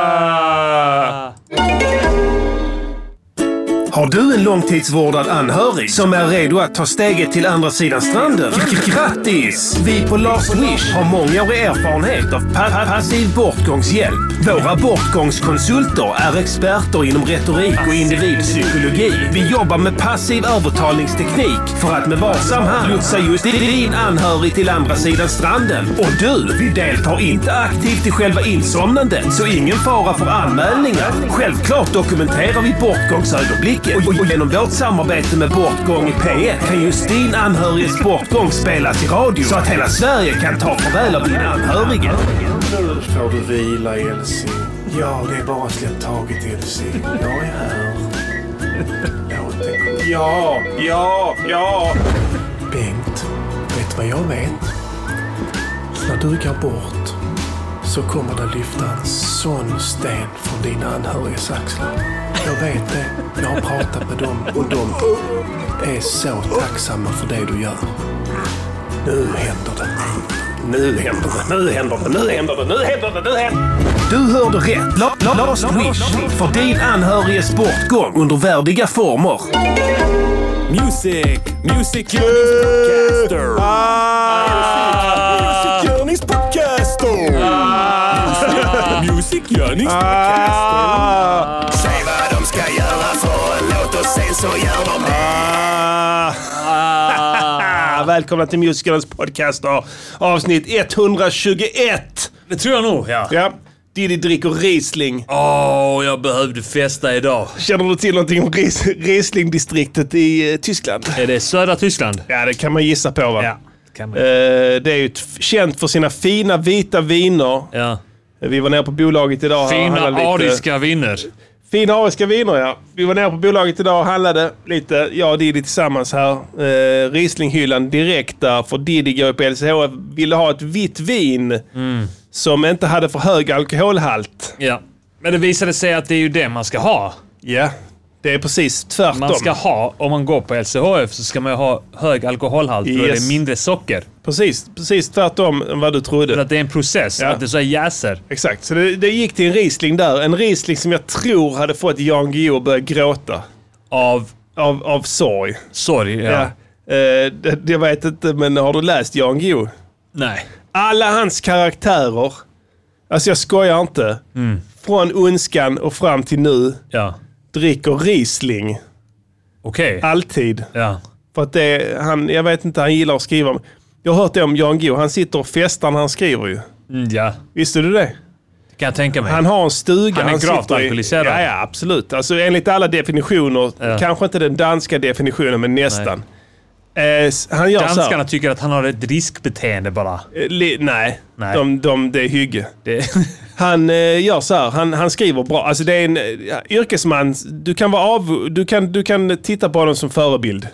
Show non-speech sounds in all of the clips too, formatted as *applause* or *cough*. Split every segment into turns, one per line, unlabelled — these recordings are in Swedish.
Ah.
Har du en långtidsvårdad anhörig som är redo att ta steget till andra sidan stranden? Grattis! Vi på Last Wish har mångårig erfarenhet av pa- pa- passiv bortgångshjälp. Våra bortgångskonsulter är experter inom retorik och individpsykologi. Vi jobbar med passiv övertalningsteknik för att med varsam hand lotsa just din anhörig till andra sidan stranden. Och du, vi deltar inte aktivt i själva insomnandet, så ingen fara för anmälningar. Självklart dokumenterar vi bortgångsögonblicket. Och, och genom vårt samarbete med Bortgång i P1 kan just din anhöriges bortgång spelas i radio så att hela Sverige kan ta farväl av din anhörige.
Nu får du vila, Elsie. Ja, det är bara att släppa taget, Elsie. Jag är här. Låt det gå.
Ja, ja, ja.
Bengt, vet vad jag vet? När du går bort så kommer det lyfta en sån sten från dina anhörigas axlar. Jag vet det. Jag har pratat med dem och de är så tacksamma för det du gör. Nu händer det.
Nu händer det, nu händer det, nu händer det, nu händer det, nu händer det. Du hörde rätt. La- la- Last Wish. För din anhöriges bortgång under värdiga former.
Music, music journeys podcaster. Music journeys podcaster.
Ah.
Music journeys podcaster. Säg vad de ska göra för en låt och sen så gör de det.
Ah, Välkomna till Musikernas podcast då. avsnitt 121.
Det tror jag nog, ja.
Ja. Diddy dricker Riesling.
Åh, jag behövde festa idag.
Känner du till någonting om Ries Riesling-distriktet i eh, Tyskland?
Är det södra Tyskland?
Ja, det kan man gissa på va?
Kan man.
Eh, det är ju ett, f- känt för sina fina vita viner.
ja.
Vi var nere på bolaget idag och
Fina
handlade
ariska viner.
Fina ariska viner ja. Vi var nere på bolaget idag och handlade lite, jag och Diddy tillsammans här. Eh, Rieslinghyllan direkt där, för Diddy går ju på LCHF, ville ha ett vitt vin
Mm.
som inte hade för hög alkoholhalt.
Ja. Men det visade sig att det är ju det man ska ha.
Ja, det är precis tvärtom.
Man ska ha, om man går på LCHF så ska man ju ha hög alkoholhalt och det
Yes.
är mindre socker.
Precis, precis tvärtom än vad du
För
trodde.
att det är en process,
Ja.
att det så här jäser.
Exakt, så det, det gick till en Riesling där. En Riesling som jag tror hade fått Jan Guillou att börja gråta.
Av
Av, av sorg.
sorg. Ja.
Ja. Eh, det, jag vet inte, men har du läst Jan Guillou?
Nej.
alla hans karaktärer, alltså jag skojar inte,
Mm.
från ondskan och fram till nu
Ja.
dricker Riesling
Okej.
alltid.
Ja.
För att det är, han, jag vet inte, han gillar att skriva. om- Jag har hört det om Jan Guillou, han sitter och festar när han skriver ju.
Mm, ja.
Visste du det?
Det kan jag tänka mig.
Han har en stuga.
Han är gravt
sitter i-
alkoholiserad.
Ja, ja, absolut. Alltså enligt alla definitioner,
Ja.
kanske inte den danska definitionen, men nästan. Eh, s- han gör så här.
Danskarna tycker att han har ett riskbeteende bara.
Eh, Li, nej,
Nej.
De, de, det är hygge.
Det, *laughs*
Han eh, gör så här, han, han skriver bra. Alltså det är en eh, yrkesman, du kan, vara av, du, kan, du kan titta på honom som förebild.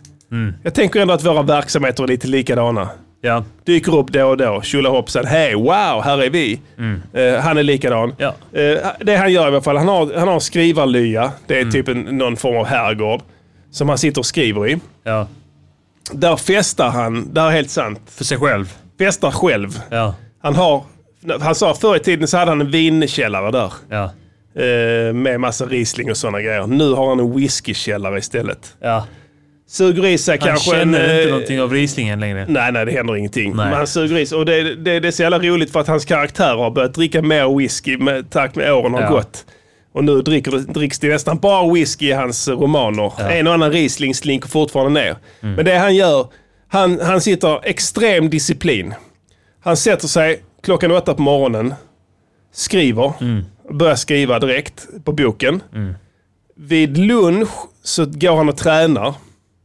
Jag tänker ändå att våra verksamheter är lite likadana.
ja.
Dyker upp då och då, tjolahoppsan, hej, wow, här är vi. Eh, han är likadan.
Ja.
Eh, det han gör i alla fall, han har, han har en skrivarlya, det är typ en, någon form av herrgård, som han sitter och skriver i.
ja.
Där festar han, det här är helt sant,
För sig själv.
festar själv.
Ja.
Han har, han sa förr i tiden så hade han en vinkällare där.
Ja.
Eh, med massa Riesling och sådana grejer. Nu har han en whiskykällare istället.
ja.
Suger i sig
Han
kanske
känner
en,
inte
eh,
någonting av Rieslingen längre.
Nej, nej, det händer ingenting.
Nej.
Men han suger i sig. Och det, det, det är så jävla roligt för att hans karaktär har börjat dricka mer whisky med, tack med åren har
Ja.
gått. Och nu dricker, det- dricks det nästan bara whisky i hans romaner. En och annan Riesling slinker fortfarande ner.
Mm.
Men det han gör, han, han sitter extrem disciplin. Han sätter sig klockan åtta på morgonen, skriver,
Mm.
börjar skriva direkt på boken. Vid lunch så går han och tränar.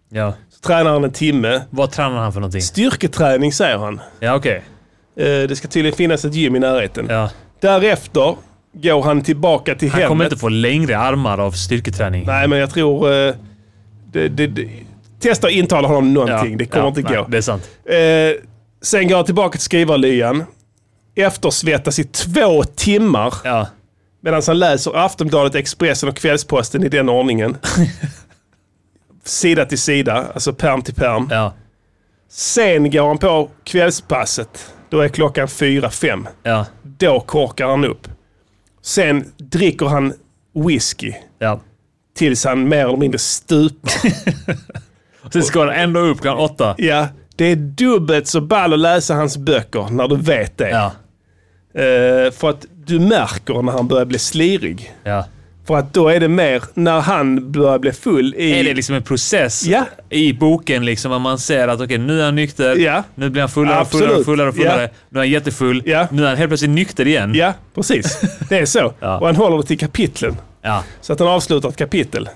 Ja.
Så tränar han en timme.
Vad tränar han för någonting?
Styrketräning säger han.
Ja, okej.
Eh, Det ska tydligen finnas ett gym i närheten.
Ja.
Därefter går han tillbaka till
Han
hemmet.
kommer inte få längre armar av styrketräning.
Nej, men jag tror... eh, Det, det, det, testa att intala honom någonting. det kommer
ja,
inte
nej,
gå.
Det är sant.
Eh, sen går han tillbaka till skrivarlyan. Eftersvettas i två timmar
Ja.
medan han läser Aftonbladet, Expressen och Kvällsposten i
*laughs*
den ordningen. sida till sida, alltså perm till perm.
Ja.
Sen går han på kvällspasset. Då är klockan fyra, fem.
Ja,
Då korkar han upp. Sen dricker han whisky
ja.
tills han mer eller mindre stupar.
Sen ska den ändå upp klockan åtta.
Ja, det är dubbelt så ball att läsa hans böcker när du vet det.
Ja,
Eh, för att du märker när han börjar bli slirig.
ja.
För att då är det mer när han börjar bli full i...
Är det liksom en process
Ja.
i boken liksom att man ser att okej, nu är han nykter,
Ja.
nu blir han fullare och fullare och
Absolut.
fullare och
Ja.
fullare, nu är han jättefull,
Ja.
nu är han helt plötsligt nykter igen.
Ja, precis. Det är så.
*laughs* Ja.
Och han håller det till kapitlen.
Ja.
Så att han avslutar ett kapitel.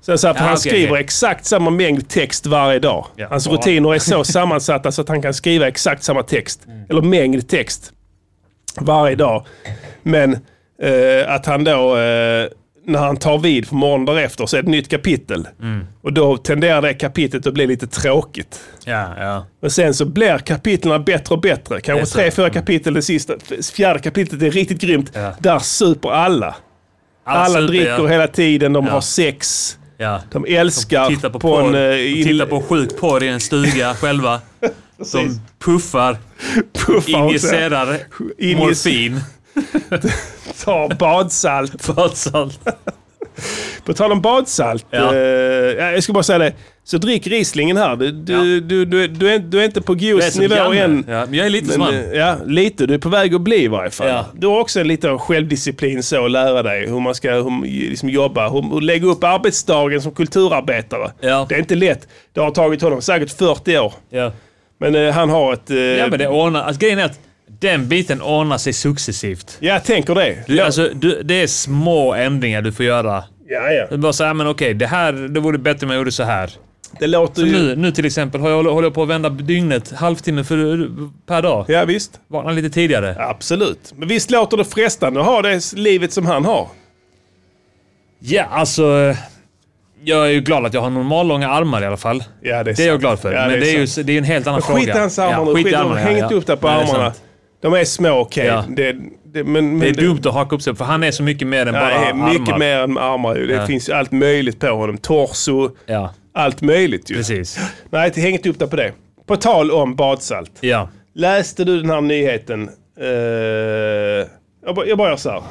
Så så att
Ja,
han
okej,
skriver
okej.
exakt samma mängd text varje dag.
Ja.
Hans
Bra.
rutiner
*laughs*
är så sammansatta så att han kan skriva exakt samma text.
Mm.
Eller mängd text varje dag. Men eh, att han då, eh, när han tar vid för morgonen därefter så är det ett nytt kapitel.
Mm.
Och då tenderar det kapitlet att bli lite tråkigt.
Ja, ja.
Men sen så blir kapitlen bättre och bättre.
Det är
Kanske
så. Mm.
tre, fyra kapitel det sista. Fjärde kapitlet är riktigt grymt.
Ja.
Där super alla. Alla,
super,
dricker
ja.
hela tiden, de
Ja.
har sex.
Ja.
De älskar
Tittar på,
på
porr,
en... eh,
de
in-
tittar på sjuk porr i en stuga själva. De puffar,
*laughs* puffar och så här,
injicerar
Injic-
morfin.
tar badsalt.
*laughs*
*laughs*
Badsalt.
På tal om badsalt.
Ja.
eh, ja, jag ska bara säga det. Så drick Rieslingen här. Du, du,
Ja.
du, du, du, är, du är inte på
Jag är
Guios
som
nivå
Janne.
än.
Ja, men jag är lite som
Men,
han.
eh, ja, lite. Du är på väg att bli i varje fall.
Ja.
Du har också en liten självdisciplin så att lära dig hur man ska hur, liksom, jobba. Hur, hur lägga upp arbetsdagen som kulturarbetare.
Ja.
Det är inte lätt. Det har tagit honom säkert 40 år.
Ja.
Men eh, han har ett... eh,
ja, men det ordnar... Alltså, grejen är att den biten ordnar sig successivt.
jag tänker det.
Du, alltså, du, det är små ändringar du får göra.
Ja, ja.
Du bara säger, men okej, det här det vore bättre om jag gjorde så här.
Det låter ju...
Nu, nu till exempel har jag, håller jag på att vända dygnet halvtimme för, per dag.
Ja, visst.
Vakna lite tidigare.
Absolut. Men visst låter det frestande att ha det livet som han har?
Ja, alltså... Jag är ju glad att jag har normallånga armar i alla fall.
Ja, det är,
Det är jag
sant.
glad för.
Ja,
men det är,
sant.
ju det är en helt annan fråga.
Skit i hans armar
Ja,
nu.
skit i
Skit i
armarna,
armarna. Häng
ja.
inte upp dig på
Nej, det är
armarna.
sant.
De är små, okej.
Ja.
Det, det, men, men
Det är dumt att haka upp sig för han är så mycket mer än
Ja,
bara
det är mycket
armar.
mer än armar ju. Det
Ja.
finns ju allt möjligt på honom. Torso,
Ja,
allt möjligt ju. *gasps*
precis.
Nej, häng inte upp dig på det. På tal om badsalt.
Ja.
Läste du den här nyheten? Eh, jag, bara, jag bara gör så här.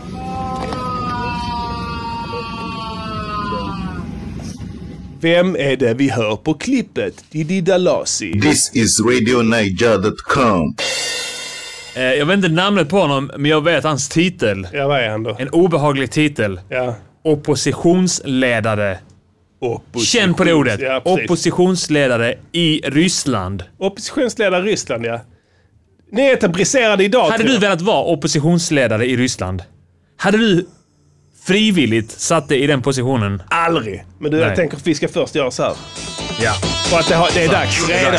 Vem är det vi hör på klippet? Didi Dalasi.
This is RadioNiger.com.
Eh, jag vet inte namnet på honom, men jag vet hans titel.
Ja, vad är han då?
En obehaglig titel.
Ja.
Oppositionsledare.
Opposition.
Känn på det ordet.
Ja, precis.
Oppositionsledare i Ryssland.
Oppositionsledare i Ryssland, ja. Nyetablicerade idag.
Hade
tror
du
jag.
velat vara oppositionsledare i Ryssland? Hade du frivilligt satt dig i den positionen?
Aldrig. Men du, jag
Nej.
tänker att vi ska först göra så här.
Ja.
För att det, har, det är dags redan.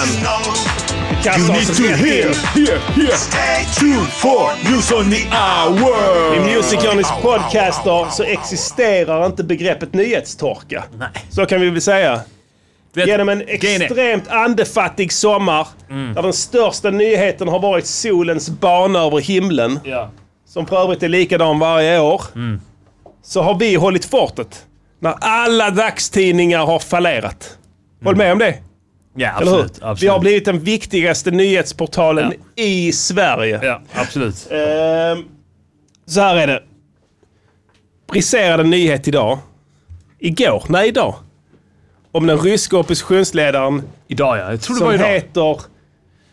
Vi kastar oss rätt in.
Stay tuned for news on the hour.
I Music Journeys podcaster så existerar inte begreppet nyhetstorka.
Nej.
Så kan vi väl säga.
Du vet,
Genom en
grejen är-
extremt andefattig sommar
Mm.
där den största nyheten har varit solens bana över himlen,
Ja. Mm.
som för övrigt är likadan varje år, så har vi hållit fortet. När alla dagstidningar har fallerat. Håll med om det?
Ja,
Eller hur?
Mm. absolut. absolut.
Vi har blivit den viktigaste nyhetsportalen i Sverige.
Ja, absolut.
Ehm, så här är det. Briserade nyhet idag. Igår? Nej, idag. Om den ryska oppositionsledaren
Idag ja. Jag tror det
som
var idag.
heter...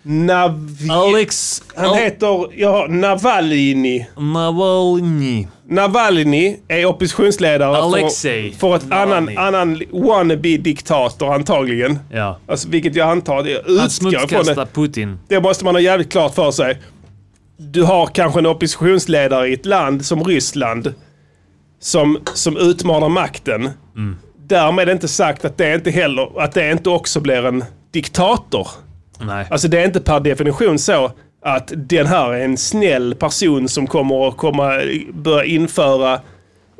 Nav...
Alex
Han heter ja, Navalny.
Navalny.
Navalny är oppositionsledare
Alexej
för, för ett annan,
Navalny.
annan wannabe-diktator antagligen.
Ja.
Alltså, vilket jag antar, det
Han
utgår från det.
smutskastar Putin.
Det måste man ha jävligt klart för sig. Du har kanske en oppositionsledare i ett land som Ryssland som, som utmanar makten. Därmed är inte sagt att det inte, heller, att det inte också blir en diktator.
Nej.
Alltså det är inte per definition så att den här är en snäll person som kommer att komma, börja införa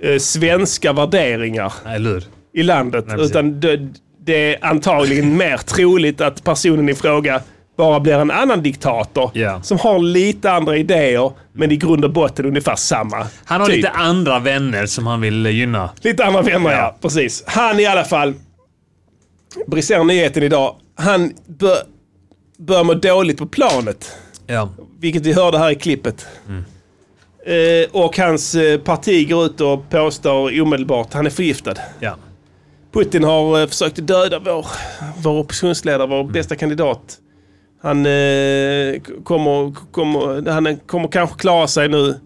eh, svenska värderingar
Nej, lur.
i landet.
Nej, precis.
utan det, det är antagligen mer troligt att personen i fråga bara blir en annan diktator
Ja.
som har lite andra idéer, men i grund och botten ungefär samma.
Han har
typ.
lite andra vänner som han vill eh, gynna.
Lite andra vänner, ja. Precis. Han i alla fall, briserar nyheten idag, han bör, börjar må dåligt på planet.
Ja.
vilket vi hörde här i klippet.
Mm.
Eh, och hans eh, parti går ut och påstår omedelbart att han är förgiftad.
ja.
Putin har eh, försökt döda vår, vår oppositionsledare,
Mm.
vår bästa kandidat. Han, eh, k- kommer, kommer, han kommer kanske klara sig nu.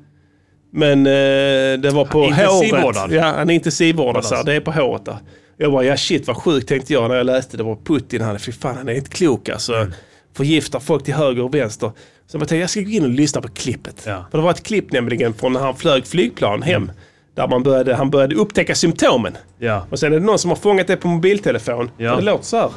Men eh, det var på
Han är
håret.
intensivvårdad.
Ja, han är intensivvårdad. så här.
Vårdas.
Det är på håret där. Jag bara, ja shit vad sjukt tänkte jag när jag läste det. var Putin, han är fy fan, han är inte klok alltså.
Mm.
Förgiftar folk till höger och vänster. Så jag tänkte, jag ska gå in och lyssna på klippet.
Ja. Mm.
För det var ett klipp nämligen från när han flög flygplan hem. Där man började, han började upptäcka symptomen.
Ja.
Och sen är det någon som har fångat det på mobiltelefon.
Ja.
Det låter så här.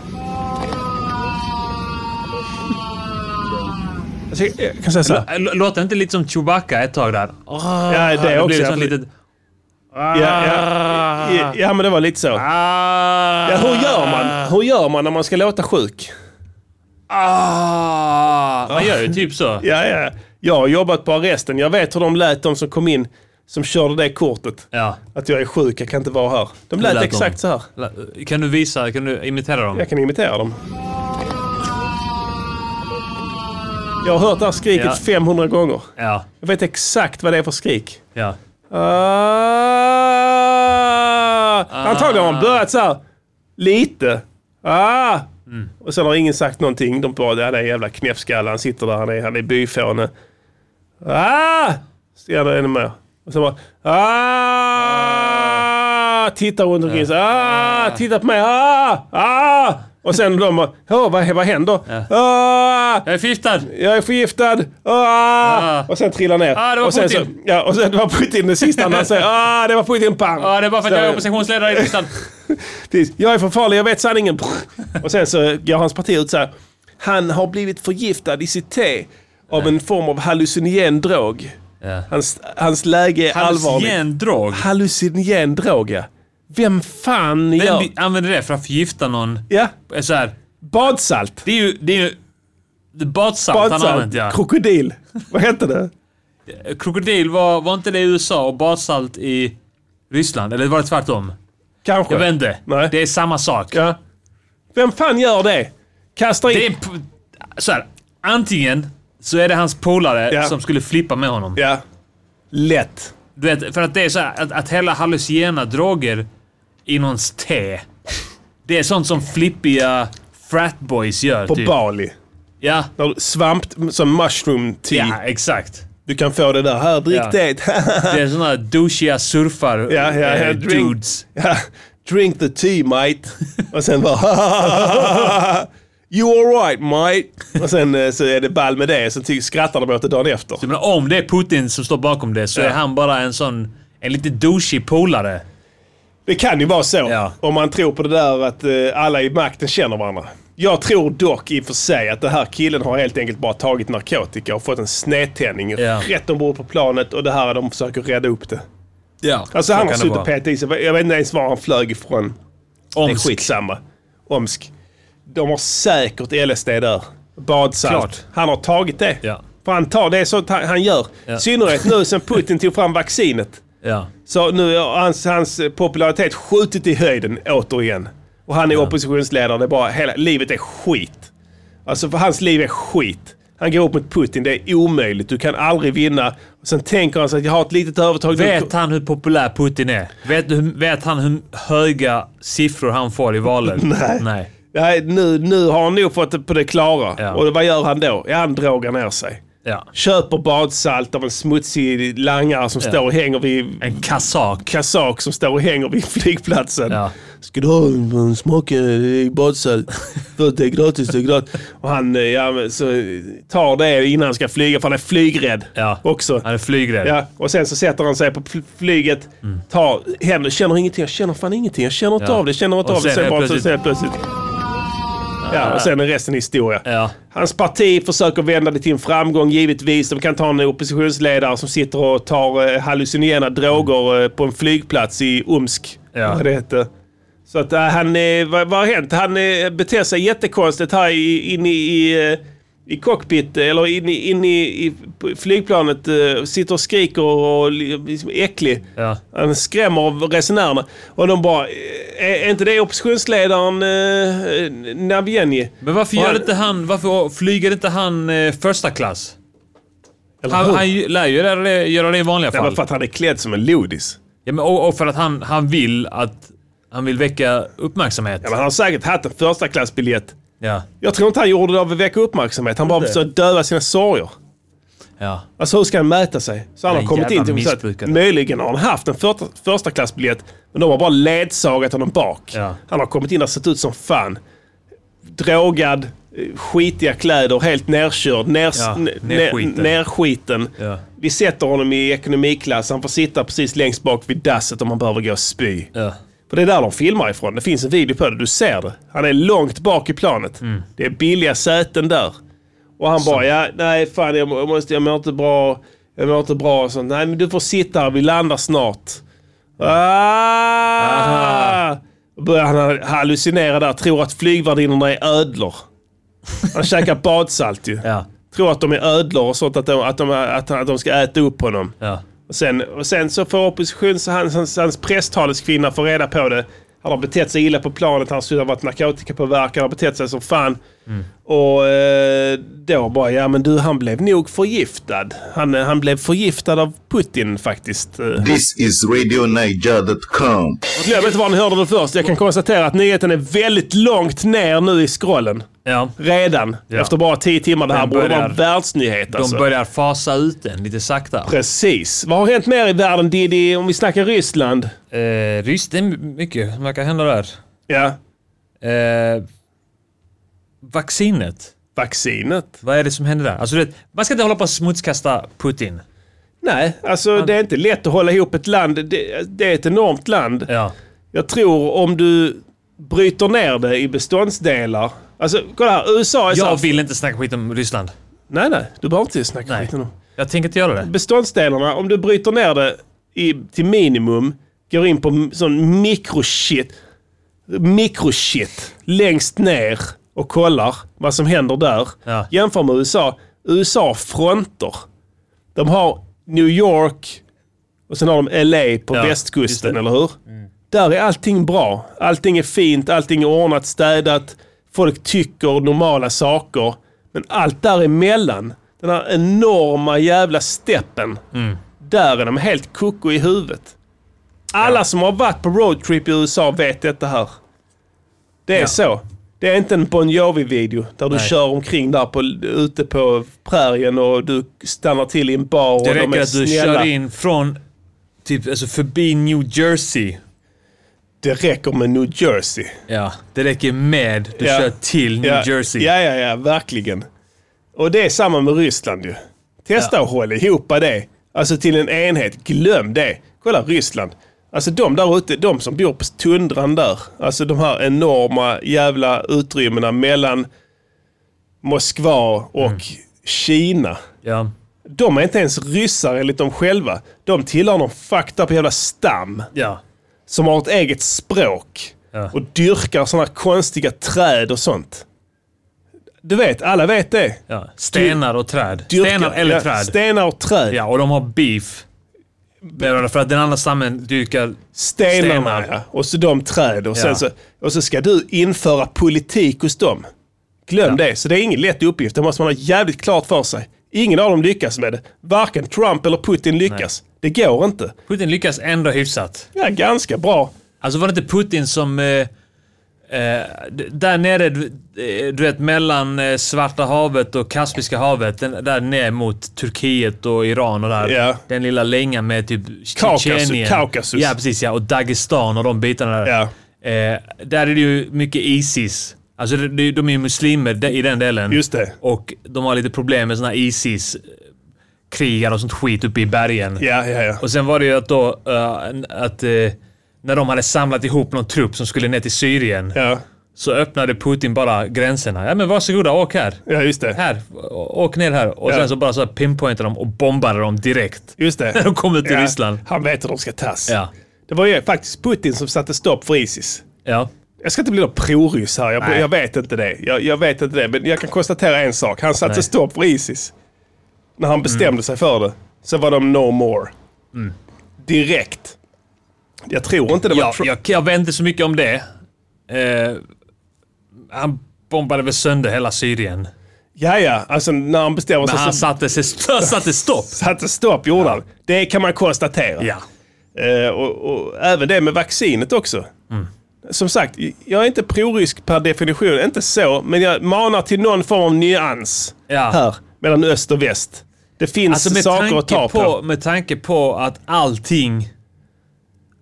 Alltså, jag- jag kan säga så här.
L- Äh, Låter det inte lite som Chewbacca ett tag där? Ah,
Ja, det
blir
också,
ett
ja,
sånt
för-
litet...
Ja, ja, ja, ja, men det var lite så.
Ah,
Ja, hur gör man? Hur gör man när man ska låta sjuk?
Ah, man gör ju typ så.
Ja, ja. Jag har jobbat på arresten. Jag vet hur de lät, de som kom in, som körde det kortet.
Ja.
Att jag är sjuk, jag kan inte vara här. De lät,
lät de.
exakt så här.
L- Kan du visa, kan du imitera dem?
Jag kan imitera dem. Jag har hört det här skriket
Ja.
500 gånger.
Ja,
Jag vet exakt vad det är för skrik.
ja.
Ah. Antagligen har man börjat så här lite. Ah. Och sen har ingen sagt någonting. De bara, ja, det är en jävla knäppskalle. Han sitter där, han är, han är byfåne. Ah. Så gör det ännu mer. Och sen bara, ah. Tittar runt omkring sig. Ah. Tittar på mig. Ah. Ah. Och sen de bara, "Åh, vad, vad händer? Ah.
Jag är förgiftad!
Jag är förgiftad! Ah!
Ah.
Och sen trillar ner.
Ah, det var
och sen
Putin.
Så, ja, och sen det var Putin det sista när
*laughs*
han säger ah, det var Putin, pang!
Ja, det är bara för att
Så-
jag är oppositionsledare i Ryssland.
Precis. Jag är för farlig, jag vet sanningen. Och sen så går hans parti ut så här. Han har blivit förgiftad i sitt te av en form av hallucinogen drog.
Ja.
Hans, hans läge är allvarligt.
Hallucinogendrog.
Hallucinogen drog, ja. Vem fan
Vem
gör...
vi- använder det för att förgifta någon?
Ja,
Så här.
badsalt.
Det är ju... Det är ju det är badsalt han har
Badsalt.
använt, ja.
Krokodil. Vad hette det?
Krokodil var, var inte det i USA och badsalt i Ryssland? Eller var det tvärtom?
Kanske.
Jag vet inte.
Nej.
Det är samma sak.
Ja. Vem fan gör det? Kastar in...
Det är... p- Så här. Antingen så är det hans polare
Ja.
som skulle flippa med honom.
Ja. Lätt.
Du vet, för att det är så här, att, att hälla hallucinogena droger i någons te. Det är sånt som flippiga fratboys gör. typ.
På Bali.
Ja.
När du- Svamp som mushroom tea.
ja, exakt.
Du kan få det där. Här, drick
Ja.
det. *laughs*
Det är såna här douchiga surfar
ja, ja,
eh,
drink.
dudes.
Ja. Drink the tea mate. Och sen bara... *laughs* You alright mate. Och sen eh, så är det ball med det. Sen ty- skrattar de åt det dagen efter.
Jag menar, om det är Putin som står bakom det så
Ja.
är han bara en sån... En lite douchig polare.
Det kan ju vara så.
Ja.
Om man tror på det där att eh, alla i makten känner varandra. Jag tror dock i och för sig att den här killen har helt enkelt bara tagit narkotika och fått en snedtändning
Ja.
rätt ombord på planet och det här är de försöker rädda upp det.
Ja,
Alltså han har suttit och petat i sig. Jag vet inte ens var han flög ifrån. Det är skitsamma. Omsk. De har säkert LSD där. Badsalt.
Klart.
Han har tagit det.
Ja.
För han tar det är så han gör. I
Ja.
synnerhet nu sen Putin tog fram vaccinet.
Ja.
Så nu har hans, hans popularitet skjutit i höjden återigen. Och han är oppositionsledare. Det är bara, hela livet är skit. Alltså för hans liv är skit. Han går upp mot Putin. Det är omöjligt. Du kan aldrig vinna. Och sen tänker han så att jag har ett litet övertag.
Vet han hur populär Putin är? Vet, du hur- vet han hur höga siffror han får i valen? Nej. Nej.
*laughs* Nej, nu, nu har han nog fått det på det klara.
Ja.
Och vad gör han då? Ja, han drogar ner sig.
Ja.
Köper badsalt av en smutsig langare som står och hänger vid...
En kazak.
Kazak som står och hänger vid *laughs* flygplatsen.
Ja.
Ska du ha en en smaka eh,
*laughs*
badsalt? För det är gratis, det är gratis. Och han eh, ja, men så eh, tar det innan han ska flyga för han är flygrädd
Ja.
också.
Han är flygrädd.
Ja, och sen så sätter han sig på fl- flyget, tar händer, känner ingenting, jag känner fan ingenting, jag känner inte
Mm. Ja.
av det, känner inte
Och
av det.
sen
Sen
helt
bara så
plötsligt- Ah.
så helt plötsligt. Ja, och sen är resten historia.
Ja.
Hans parti försöker vända det till en framgång givetvis. De kan ta en oppositionsledare som sitter och tar eh, hallucinogena droger eh, på en flygplats i Omsk.
Ja.
Vad det hette. Så äh, att eh, han, eh, vad, vad har hänt? Han eh, beter sig jättekonstigt här i, in i, i, eh, i cockpit eh, eller in, i- in i, i flygplanet eh, sitter och skriker och li- liksom är äcklig.
Ja.
Han skrämmer av resenärerna. Och de bara, eh, är, är inte det oppositionsledaren eh, Navjenji?
Men varför
Och
gör
han-
inte han... Varför flyger inte han eh, första klass? Han,
hur?
han ju- lär ju göra det, göra det i vanliga
Det var
fall.
för att han är klädd som en lodis.
Ja, men, och, och för att han, han vill att... Han vill väcka uppmärksamhet.
Ja, men han har säkert haft en första klassbiljett.
Ja.
Jag tror inte han gjorde det av att väcka uppmärksamhet. Han bara försökte döva sina sorger.
Ja.
Alltså hur ska han mäta sig? Så han
Den
har kommit
jävla
in till så att
missbrukare.
möjligen har han haft en första, första klassbiljett men de har bara ledsagat honom bak.
Ja.
Han har kommit in och sett ut som fan. Drogad, eh, skitiga kläder, helt nerkörd, ners,
Ja,
n-
nerskiten.
ner- nerskiten.
Ja.
Vi sätter honom i ekonomiklass. Han får sitta precis längst bak vid dasset om han behöver gå och spy.
Ja.
För det är där de filmar ifrån. Det finns en video på det. Du ser det. Han är långt bak i planet. Det är billiga säten där. Och han bara, ja, nej fan jag, må- jag, måste, jag mår inte bra. Jag mår inte bra och sånt. Nej men du får sitta här, vi landar snart. Ah! Börjar han hallucinera där. Tror att flygvärdinnorna är ödlor. Han käkar badsalt ju.
Ja.
Tror att de är ödlor och sånt. Att de, att de, att, att de ska äta upp honom.
Ja.
Och sen, och sen så får oppositions... Hans, hans, hans presstaleskvinna få reda på det. Han har betett sig illa på planet, han har varit narkotikapåverkad, han har betett sig som fan.
Mm.
Och eh, då bara, ja men du han blev nog förgiftad. Han, eh, han blev förgiftad av Putin faktiskt. Eh,
This is RadioNiger.com.
Glöm inte var ni hörde det först. Jag kan konstatera att nyheten är väldigt långt ner nu i scrollen.
ja.
Redan.
Ja.
Efter bara tio timmar. Det här
Den
borde vara
börjar-
en världsnyhet
De
alltså.
börjar fasa ut den lite sakta.
Precis. Vad har hänt mer i världen Diddy? Om vi snackar Ryssland.
Eh, Ryss, det är mycket som verkar hända där.
Ja.
Eh, vaccinet.
Vaccinet.
Vad är det som händer där? Alltså, du vet, man ska inte hålla på att smutskasta Putin.
Nej, alltså det är inte lätt att hålla ihop ett land. Det, det är ett enormt land.
Ja.
Jag tror om du bryter ner det i beståndsdelar. Alltså kolla här, USA är så här,
Jag vill inte snacka skit om Ryssland.
Nej, nej, du behöver inte snacka
Nej.
skit om dem.
Jag tänker inte göra det.
Beståndsdelarna, om du bryter ner det i, till minimum, går in på m- sån mikroshit, mikroshit längst ner och kollar vad som händer där.
Ja.
Jämför med USA. USA har fronter. De har New York och sen har de LA på
Ja, just
västkusten,
det.
eller hur? Där är allting bra. Allting är fint, allting är ordnat, städat. Folk tycker normala saker. Men allt däremellan, den här enorma jävla steppen.
Mm.
Där är de helt koko i huvudet. Alla som har varit på roadtrip i USA vet detta här. Det är
Ja.
så. Det är inte en Bon Jovi-video där du
Nej.
kör omkring där på, ute på prärien och du stannar till i en bar och
Det
de är
räcker att du
snälla.
kör in från, typ, alltså förbi New Jersey.
Det räcker med New Jersey.
Ja. Det räcker med du
Ja.
kör till New
ja.
Jersey.
Ja, ja, ja, verkligen. Och det är samma med Ryssland ju. Testa
Ja.
att hålla ihop det. Alltså till en enhet. Glöm det. Kolla Ryssland. Alltså de där ute, de som bor på tundran där. Alltså de här enorma jävla utrymmena mellan Moskva och
Mm.
Kina.
Ja.
De är inte ens ryssar enligt dem själva. De tillhör någon fucked up jävla stam
Ja.
som har ett eget språk
Ja.
och dyrkar sådana konstiga träd och sånt. Du vet, alla vet det.
ja. Stenar och träd.
Dyrkar-
Stenar eller
ja,
träd.
Stenar och träd.
Ja, och de har beef. Med varandra, För att den andra stammen dyrkar...
Stenarna
stenar.
ja. och så de träd. Och,
Ja.
sen så, och så ska du införa politik hos dem. Glöm det. Så det är ingen lätt uppgift. Det måste man ha jävligt klart för sig. Ingen av dem lyckas med det. Varken Trump eller Putin lyckas. Det går inte.
Putin lyckas ändå hyfsat.
Ja, ganska bra.
Alltså var det inte Putin som... Eh, eh, d- där nere, du, eh, du vet mellan eh, Svarta havet och Kaspiska havet. Den, där ner mot Turkiet och Iran och där.
Ja.
Den lilla längan med typ
Kaukasus-
Tjetjenien.
Kaukasus.
Ja, precis. Ja, och Dagestan och de bitarna där.
Ja.
Eh, där är det ju mycket Isis. Alltså det- det- de är ju muslimer de- i den delen.
Just det.
Och de har lite problem med såna här Isis-krigar och sånt skit uppe i bergen.
Ja, ja, ja.
Och sen var det ju att då eh, n- att eh, när de hade samlat ihop någon trupp som skulle ner till Syrien
Ja,
så öppnade Putin bara gränserna. Ja men varsågoda, åk här.
ja just det.
Här, å- åk ner här. Och
Ja.
sen så bara så här pinpointade de och bombade dem direkt.
Just det.
När de *laughs* kommer till Ryssland.
Han vet hur de ska tas.
Ja.
Det var ju faktiskt Putin som satte stopp för Isis.
Ja.
Jag ska inte bli någon proryss här. Jag,
Nej.
jag vet inte det. Jag, jag vet inte det. Men jag kan konstatera en sak. Han satte
Nej. Mm.
stopp för Isis. När han bestämde sig för det. Så var de no more. Direkt. Jag tror inte det var...
Ja, jag, jag vet inte så mycket om det. Eh, han bombade väl sönder hela Syrien.
Ja, ja. Alltså när han bestämde
Men
sig
han
så
satte, sig, *laughs* han satte stopp.
satte stopp, gjorde han. Det kan man konstatera.
Ja.
Eh, och, och även det med vaccinet också.
Mm.
Som sagt, jag är inte prorysk per definition. Inte så, men jag manar till någon form av nyans
Ja.
här. Mellan öst och väst. Det finns
Alltså med
saker att
tanke,
ta
på,
på.
med tanke på att allting,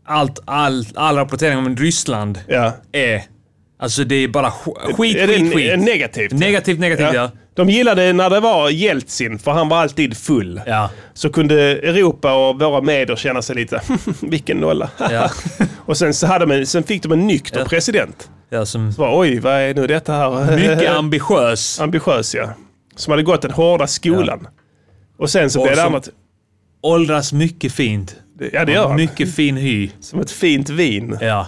allt, all, all rapportering om Ryssland
Ja.
är, alltså det är bara sk- skit,
är det
skit,
ne-
skit.
negativt?
negativt, negativt ja. ja.
De gillade när det var Jeltsin, för han var alltid full.
Ja.
Så kunde Europa och våra medier känna sig lite, *laughs* vilken nolla.
Ja.
*laughs* och sen, så hade man, sen fick de en nykter
Ja.
president.
som,
Bara, Oj, vad är nu detta här? *laughs*
mycket ambitiös
ambitiös, ja. Som hade gått den hårda skolan. Och sen så
Och
blev det
som-
annat.
åldras mycket fint.
Ja, det gör han.
Mycket fin hy.
Som ett fint vin.
Ja.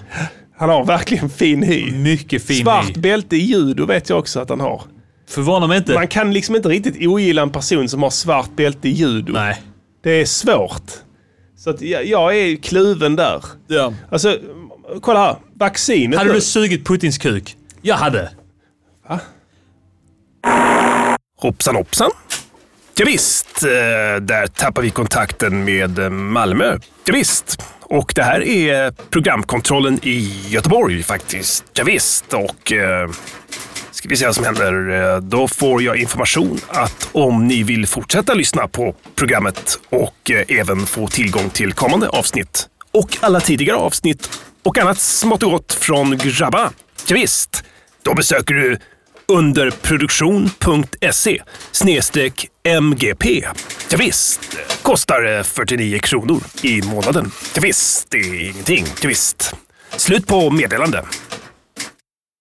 Han har verkligen fin hy.
Mycket fin
Svart
hy.
bälte i judo vet jag också att han har.
Förvånar mig inte.
Man kan liksom inte riktigt ogilla en person som har svart bälte i judo.
Nej.
Det är svårt. Så att jag, jag är kluven där.
Ja.
Alltså, kolla här. Vaccinet
Hade
nu.
du sugit Putins kuk? Jag hade.
Hoppsan hoppsan. Ja, visst, eh, där tappar vi kontakten med eh, Malmö. Ja, visst. Och det här är programkontrollen i Göteborg faktiskt. Ja, visst. och eh, ska vi se vad som händer. Eh, Då får jag information att om ni vill fortsätta lyssna på programmet och eh, även få tillgång till kommande avsnitt och alla tidigare avsnitt och annat smått och gott från grabba. Ja, visst. då besöker du underproduktion.se E snedstreck MGP. Ja, visst. kostar eh, 49 kronor i månaden. Ja, visst. det är ingenting. Ja, visst. Slut på meddelande.